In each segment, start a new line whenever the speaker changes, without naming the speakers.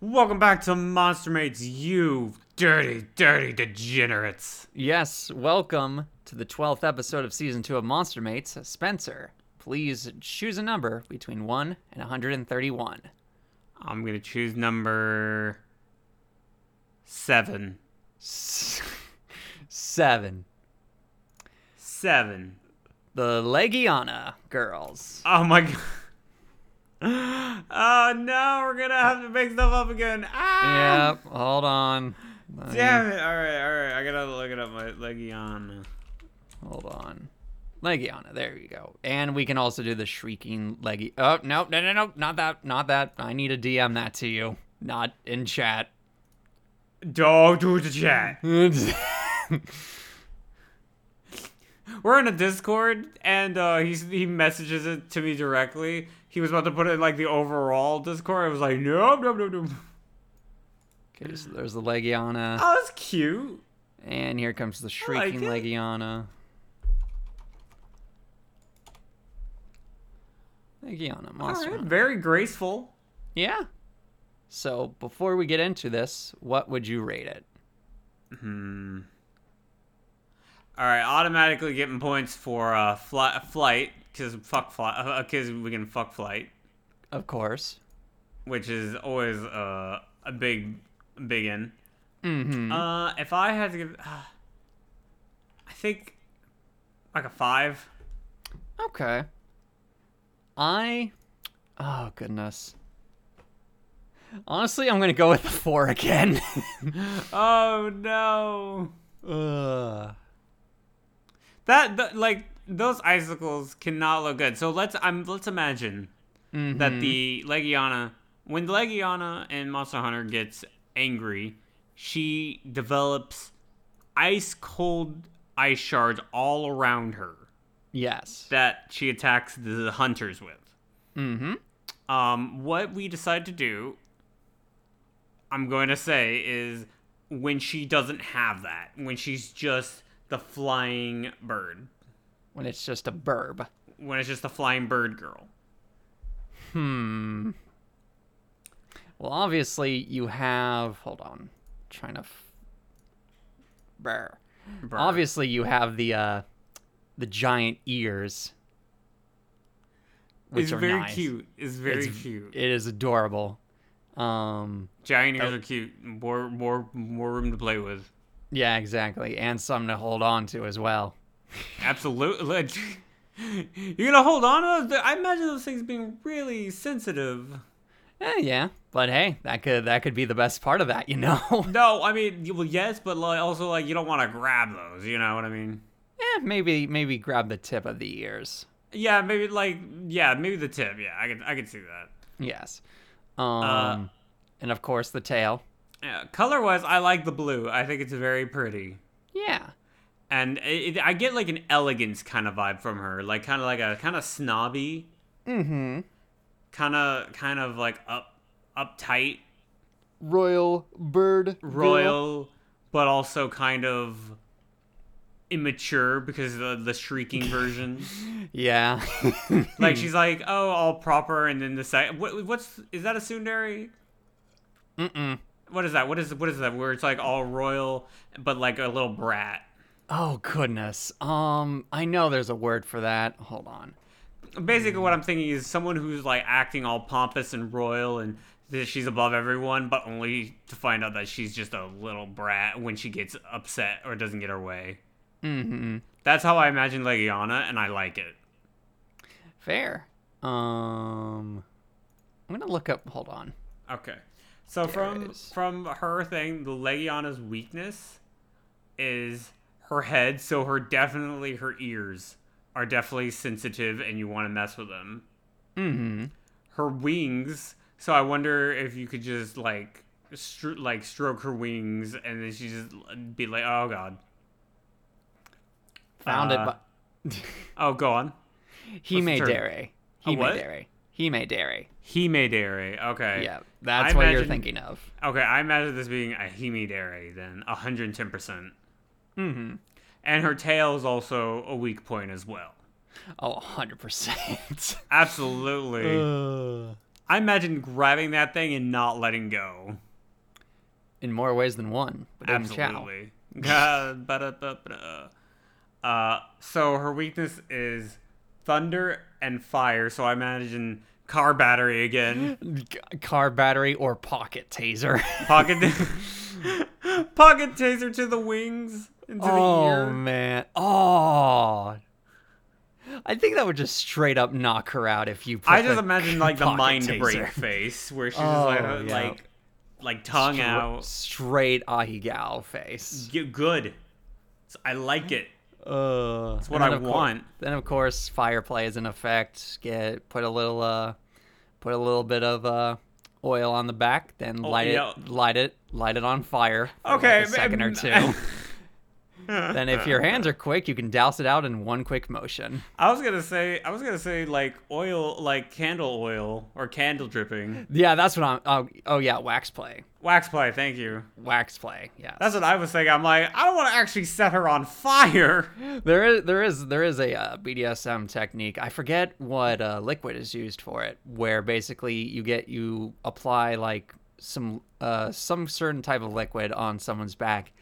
Welcome back to Monster Mates, you dirty, dirty degenerates.
Yes, welcome to the 12th episode of season 2 of Monster Mates. Spencer, please choose a number between 1 and 131.
I'm gonna choose number seven.
S- 7.
Seven.
The Legiana girls.
Oh my god. Oh no, we're gonna have to make stuff up again. Ah!
Yep, hold on. Let me-
Damn it! All right, all right. I gotta look it up. My Legion.
Hold on. Legiana, there you go. And we can also do the shrieking leggy. Oh, no, no, no, no, not that, not that. I need to DM that to you. Not in chat.
Don't do the chat. We're in a Discord, and uh, he's, he messages it to me directly. He was about to put it in like the overall Discord. I was like, nope, nope, nope, nope.
Okay, so there's the Legiana.
Oh, that's cute.
And here comes the shrieking
it.
Legiana. Legiana
All
monster.
right,
hunter.
very graceful.
Yeah. So before we get into this, what would you rate it?
Hmm. All right, automatically getting points for uh, fli- flight because fuck flight because we can fuck flight,
Of course.
which is always uh, a big big in.
Mm-hmm.
Uh, if I had to give, uh, I think like a five.
okay. I. Oh goodness. Honestly, I'm gonna go with the four again.
Oh no!
Ugh.
That th- like those icicles cannot look good. So let's I'm let's imagine
Mm-hmm.
that the Legiana, when the Legiana in Monster Hunter gets angry, she develops ice cold ice shards all around her
Yes.
that she attacks the hunters with.
Mm-hmm.
Um, what we decide to do, I'm going to say, is when she doesn't have that, when she's just the flying bird,
When it's just a burb.
when it's just the flying bird girl.
Hmm. Well, obviously you have. Hold on, trying to. F- Brr.
Bird.
Obviously you have the uh, the giant ears. Which
it's
are
very
nice.
cute. It's very
It's-
cute.
It is adorable. Um.
Giant ears are cute. More, more, more room to play with.
Yeah, exactly, and something to hold on to as well.
Absolutely. You're gonna hold on to those? I imagine those things being really sensitive.
Eh, yeah, but hey, that could that could be the best part of that, you know.
No, I mean, well, yes, but like, also, like, you don't want to grab those. You know what I mean?
eh, maybe maybe grab the tip of the ears.
Yeah, maybe like, yeah, maybe the tip. Yeah, I could, I could see that.
Yes. Um.
Uh.
and of course the tail.
Yeah, color wise, I like the blue. I think it's very pretty,
Yeah.
and it, it, I get like an elegance kind of vibe from her, like kind of like a kind of snobby.
Mm-hmm.
kind of kind of like up uptight
Royal bird.
royal but also kind of immature because of the shrieking version
Yeah.
like she's like oh all proper and then the sec- what, what's is that a tsundere
Mm-mm.
what is that what is what is that where it's like all royal but like a little brat
Oh goodness. Um, I know there's a word for that. Hold on.
basically what i'm thinking is someone who's like acting all pompous and royal and that she's above everyone but only to find out that she's just a little brat when she gets upset or doesn't get her way
Mm-hmm.
That's how I imagine Legiana, and I like it.
Fair. Um, I'm gonna look up. Hold on.
Okay. So from
is.
from her thing, the Legiana's weakness is her head, so her definitely her ears are definitely sensitive and you want to mess with them.
Mm-hmm.
Her wings, so I wonder if you could just like stro- like stroke her wings and then she just be like, "Oh god."
Found
Uh,
it. By-
Oh, go on.
he may
the term?
dare. He may
what?
dare. He may dare.
Himedere. Okay.
Yeah, that's what you're
imagine-
thinking of.
Okay, I imagine this being a Himidare then, 110%.
Mm-hmm.
And her tail is also a weak point as well.
Oh, 100 percent.
Absolutely. I imagine grabbing that thing and not letting go.
in more ways than one. But in chow.
Absolutely. Uh, ba-da-ba-ba-da. Uh, so her weakness is thunder and fire. So I imagine car battery again.
G- car battery or pocket taser.
Pocket, pocket taser to the wings into the
oh
ear.
man. Oh. I think that would just straight up knock her out if you. Put
I just
the
imagine like the
pocket
mind
taser.
break face where she's just like uh,
Oh, yeah.
like like tongue
Stra-
out.
Straight Ahigao face.
Get good. So I like it.
Uh, That's
what I want.
then of course, fire play is in effect. Get put a little, uh, put a little bit of uh, oil on the back. Then light
Oh, yeah.
it, light it, light it on fire. for, like,
Okay,
a second or
mm,
two. then if your hands are quick, you can douse it out in one quick motion.
I was gonna say I was gonna say like oil like candle oil or candle dripping.
Yeah, that's what I'm. Oh, oh yeah, wax play,
Wax play, thank you.
wax play. Yeah,
That's what I was thinking. I'm like, I don't want to actually set her on fire.
there is there is there is a uh, BDSM technique. I forget what uh, liquid is used for it, where basically you get you apply like some uh, some certain type of liquid on someone's back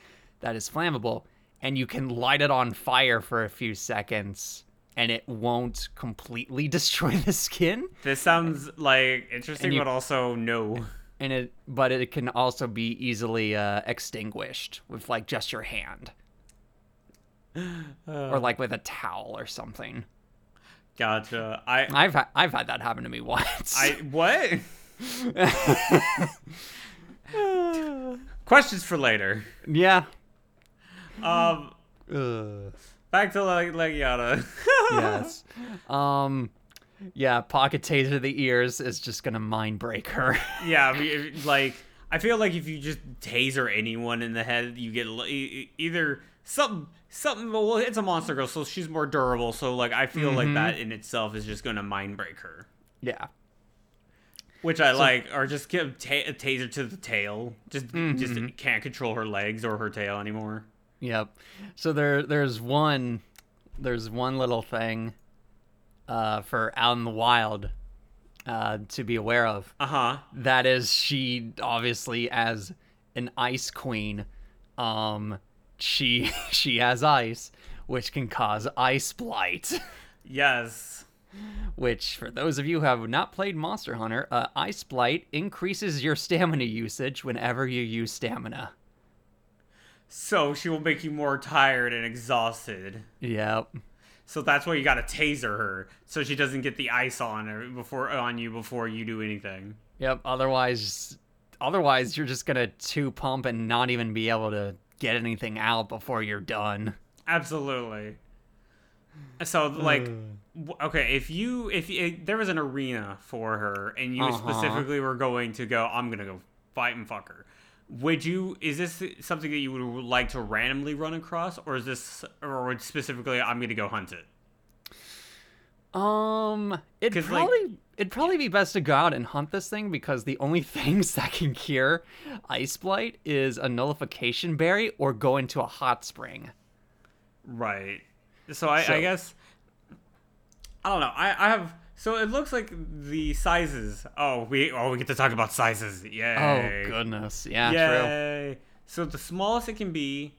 that is flammable, and you can light it on fire for a few seconds, and it won't completely destroy the skin.
This sounds like interesting,
And you-
but also no.
And it but it can also be easily uh, extinguished with like just your hand, or like with a towel or something.
Gotcha. I,
I've ha- I've had that happen to me once.
I, what? Questions for later.
yeah.
Um, back to like Legiana.
yes. Um. Yeah. Pocket taser the ears is just gonna mind break her.
yeah, I mean, if- like I feel like if you just taser anyone in the head, you get l- e- e- either something, something. Well, it's a monster girl, so she's more durable. So like I feel like that in itself is just gonna mind break her.
yeah.
which I like, or just give ta- a taser to the tail. Just just can't control her legs or her tail anymore.
Yep. So there there's one there's one little thing uh for out in the wild uh to be aware of.
Uh huh.
that is she obviously as an ice queen um she she has ice which can cause ice blight
Yes.
which for those of you who have not played monster hunter uh, ice blight increases your stamina usage whenever you use stamina
So she will make you more tired and exhausted.
yep
So that's why you gotta taser her, so she doesn't get the ice on her before on you before you do anything.
yep otherwise otherwise you're just gonna two pump and not even be able to get anything out before you're done
Absolutely. So like,
Hmm.
w- okay, if you if, if there was an arena for her and you
Uh-huh.
specifically were going to go, I'm gonna go fight and fuck her. Would you? Is this something that you would like to randomly run across, or is this, or would specifically, I'm gonna go hunt it?
Um, it'd
'Cause, like-
probably it'd probably be best to go out and hunt this thing because the only things that can cure ice blight is a nullification berry or go into a hot spring.
Right. So I,
So-
I guess I don't know. I, I have so it looks like the sizes. Oh, we oh we get to talk about sizes. Yay.
Oh goodness, yeah, true.
Yay. So the smallest it can be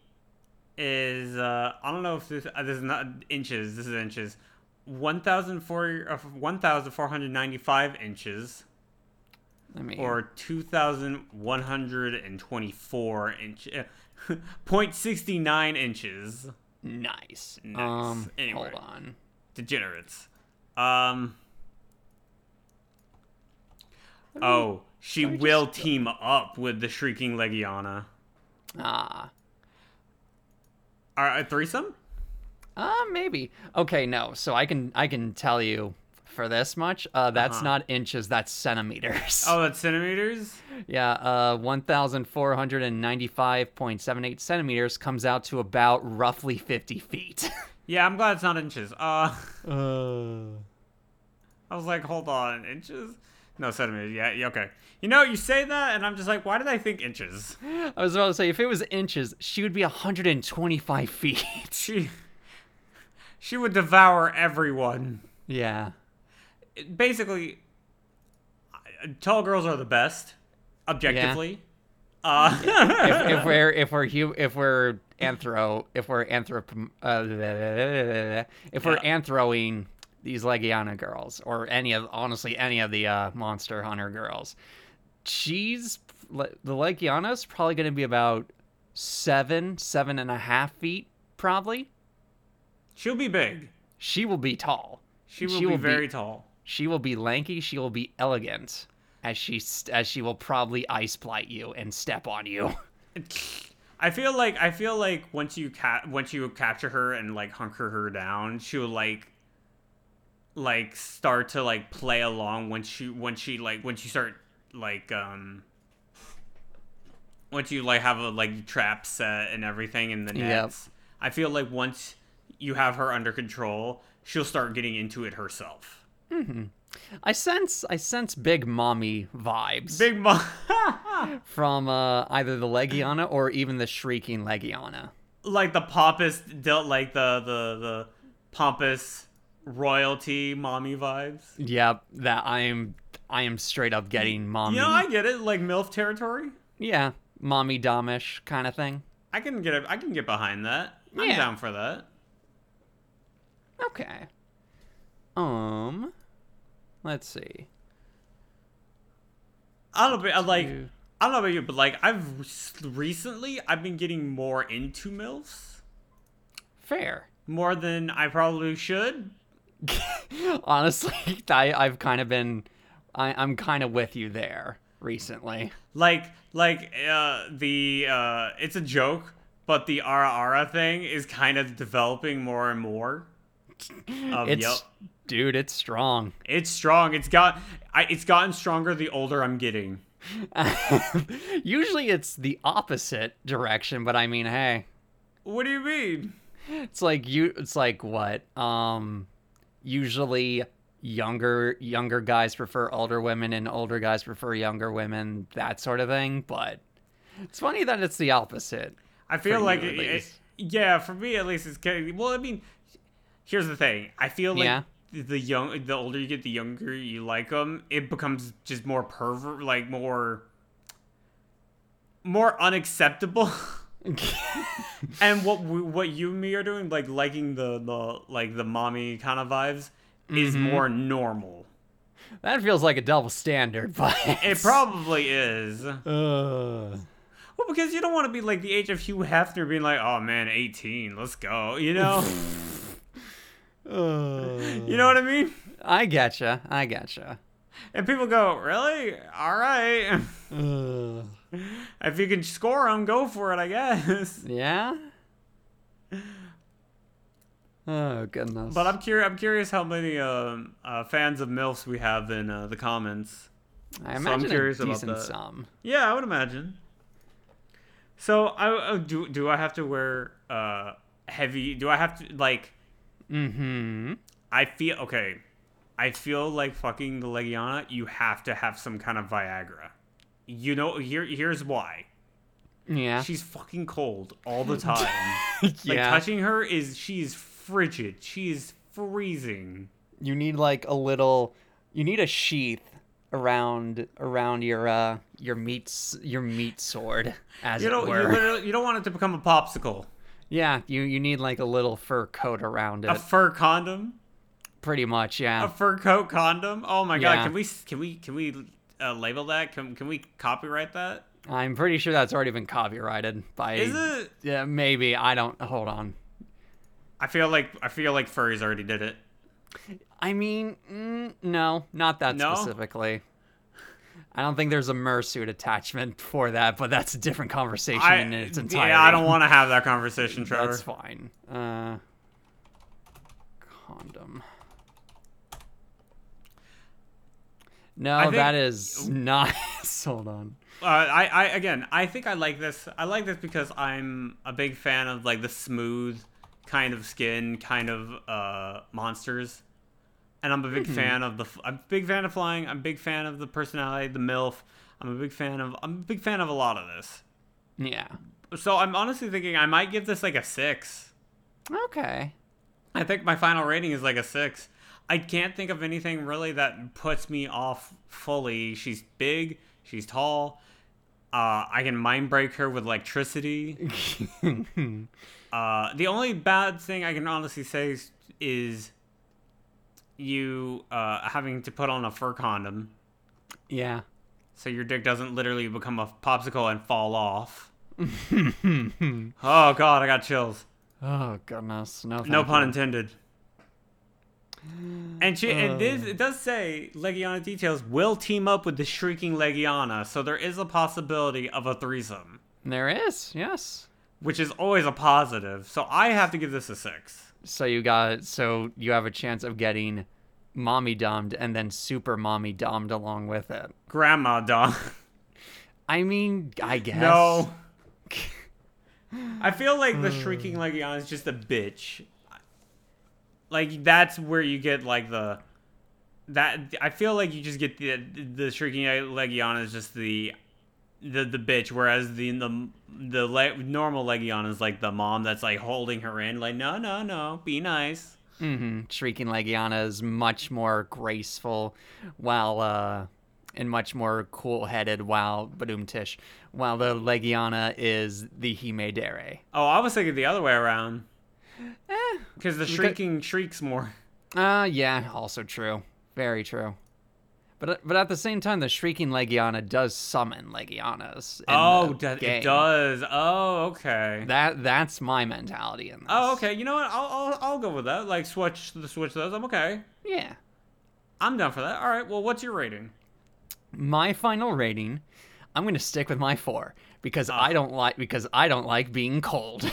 is uh, I don't know if this uh, this is not inches. This is inches. One thousand four uh, one thousand four hundred ninety five inches
I mean,
or two thousand one hundred and twenty four inch. uh, Point sixty nine inches.
nice.
Nice.
Um,
Anyway.
hold on.
Degenerates. Um. Oh, she
we
will team up with the shrieking Legiana.
Ah,
Are a threesome?
ah, maybe. Okay, no. So I can I can tell you for this much. Uh, that's
Uh-huh.
not inches. That's centimeters.
Oh, that's centimeters.
Yeah, uh, 1,495.78 centimeters comes out to about roughly 50 feet.
Yeah, I'm glad it's not inches. Uh,
uh,
I was like, hold on, inches? No, centimeters. Yeah, yeah, okay. You know, you say that, and I'm just like, why did I think inches?
I was about to say, if it was inches, she would be 125 feet.
She, she would devour everyone.
yeah.
It- basically, I- tall girls are the best, objectively. Uh,
if, if we're if we're hu- if we're anthro if we're anthrop uh, if we're anthroing these Legiana girls or any of honestly any of the uh, Monster Hunter girls, she's le- the Legiana's probably going to be about seven seven and a half feet probably.
she'll be big.
She will be tall.
She will be very tall.
She will be lanky. She will be elegant, as she st- as she will probably ice blight you and step on you.
I feel like I feel like once you ca- once you capture her and like hunker her down, she'll like like start to like play along once she once she like once you start like um once you like have a like trap set and everything in the
Yep.
nets. I feel like once you have her under control, she'll start getting into it herself.
I sense I sense big mommy vibes
Big mom.
from uh, either the Legiana or even the shrieking Legiana.
like the pompous dealt like the the the pompous royalty mommy vibes.
Yep, that I am I am straight up getting mommy.
You know, I get it, like MILF territory.
yeah, mommy domish kind of thing.
I can get it. I can get behind that. I'm
Yeah.
down for that.
Okay. Um, let's see.
I don't know, but I like.
Two.
I don't know about you, but like I've re- recently I've been getting more into MILFs
Fair.
more than I probably should.
Honestly, I I've kind of been I I'm kind of with you there recently.
Like like uh the uh it's a joke, but the Ara Ara thing is kind of developing more and more. Um,
It's
yep.
dude, it's strong.
It's strong. It's got. I, it's gotten stronger the older I'm getting.
Usually it's the opposite direction, but I mean, hey,
What do you mean?
it's like you it's like what? Um usually younger younger guys prefer older women and older guys prefer younger women, that sort of thing, but it's funny that it's the opposite.
I feel
For you,
like
at
it, it-
least.
yeah, for me at least it's getting. Well, I mean, here's the thing. I feel like
Yeah.
the young, the older you get, the younger you like them. It becomes just more pervert, like more, more unacceptable. and what we, what you and me are doing, like liking the the like the mommy kind of vibes,
Mm-hmm.
is more normal.
that feels like a double standard, but
It probably is.
Ugh.
Well, because you don't want to be like the age of Hugh Hefner being like, oh man, 18, let's go. You know? uh.
Ugh.
you know what I mean?
I getcha. I getcha.
And people go, really? All right.
Ugh.
if you can score them, go for it, I guess.
Yeah. Oh goodness.
But I'm curious. I'm curious how many um, uh, fans of milfs we have in uh, the comments.
I
I'm
imagine
curious
a
about
decent
that.
sum.
Yeah, I would imagine. So I uh, do. Do I have to wear uh, heavy? Do I have to like?
Mm-hmm.
I feel okay. I feel like fucking the Legiana. You have to have some kind of Viagra. You know, here here's why.
Yeah.
She's fucking cold all the time. Like
yeah.
touching her is she's frigid. She's freezing.
you need like a little. You need a sheath around around your uh your meat s- your meat sword as
You
it
don't you,
were.
literally- you don't want it to become a popsicle.
yeah. You you need like a little fur coat around it.
A fur condom.
pretty much.
A
Yeah.
fur coat condom. Oh my god!
Yeah.
Can we can we can we uh, label that? Can can we copyright that?
i I'm pretty sure that's already been copyrighted by.
Is it?
Yeah. Maybe. I don't. Hold on.
I feel like I feel like furries already did it.
I mean, mm, no, not that
No?
specifically. I don't think there's a mersuit attachment for that, but that's a different conversation
I,
in its entirety.
Yeah, I don't want to have that conversation, Trevor.
That's fine. Uh, condom. No,
think-
that is not. Hold on.
Uh, I, I again, I think I like this. I like this because I'm a big fan of like the smooth kind of skin, kind of uh, monsters, and I'm a big fan of the. f- I'm a big fan of flying. I'm a big fan of the personality, the milf. I'm a big fan of. I'm a big fan of a lot of this.
Yeah.
So I'm honestly thinking I might give this like a six.
Okay.
I think my final rating is like a six. I can't think of anything really that puts me off fully. She's big, she's tall. Uh, I can mind break her with electricity. Uh, the only bad thing I can honestly say is, is you uh, having to put on a fur condom
yeah.
so your dick doesn't literally become a popsicle and fall off. Hmm. oh god, I got chills.
Oh goodness. No.
No
thank
pun
you.
intended. And she, it, is, it does say Legiana details will team up with the shrieking Legiana, so there is a possibility of a threesome,
There is. Yes.
which is always a positive. So I have to give this a six.
So you got. So you have a chance of getting mommy dommed and then super mommy dommed along with it.
Grandma Dom.
I mean, I guess.
No. I feel like the
Hmm.
shrieking Legiana is just a bitch. Like that's where you get like the that I feel like you just get the the shrieking Legiana is just the the the bitch, whereas the the the le- normal Legiana is like the mom that's like holding her in, like no no no, be nice.
hmm Shrieking Legiana is much more graceful, while uh, and much more cool-headed. While Badumtish, while the Legiana is the Himedere.
Oh, I was thinking the other way around
Eh.
because the shrieking shrieks more.
Uh, yeah. Also true. Very true. But but at the same time, the Shrieking Legiana does summon Legianas. in
Oh,
the
does-
game.
it does. Oh, okay.
That that's my mentality in this.
Oh, okay. You know what? I'll, I'll I'll go with that. Like switch the switch those. I'm okay.
Yeah.
I'm down for that. All right. Well, what's your rating?
my final rating i'm going to stick with my four because i don't like because i don't like being cold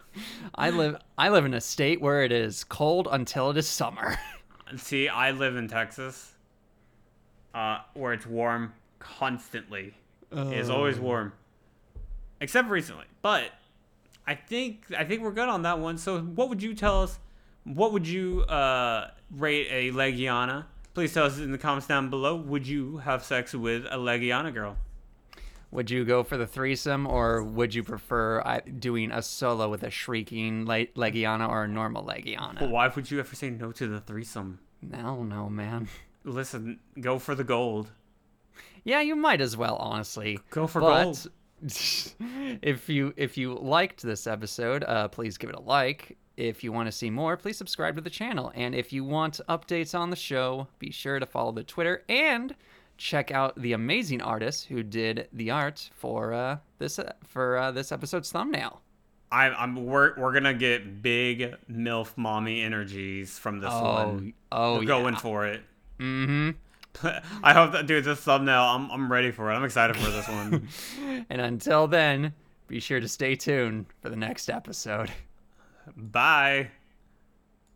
i live i live in a state where it is cold until it is summer
See, I live in Texas, uh, where it's warm constantly. It's always warm, except recently. But I think I think we're good on that one. So, what would you tell us? What would you uh, rate a Legiana? Please tell us in the comments down below. Would you have sex with a Legiana girl?
would you go for the threesome or would you prefer I, doing a solo with a shrieking le- legiana or a normal
But
legiana
why would you ever say no to the threesome?
no no man
Listen, go for the gold.
yeah you might as well honestly
Go for
but
gold.
if you if you liked this episode, uh, please give it a like. If you want to see more, please subscribe to the channel. And if you want updates on the show, be sure to follow the Twitter and check out the amazing artist who did the art for uh, this for uh, this episode's thumbnail.
I, I'm we're we're gonna get big milf mommy energies from this
Oh,
one.
oh,
We're going for it.
hmm
I hope that dude this thumbnail. I'm I'm ready for it. I'm excited for this one.
And until then, be sure to stay tuned for the next episode.
Bye.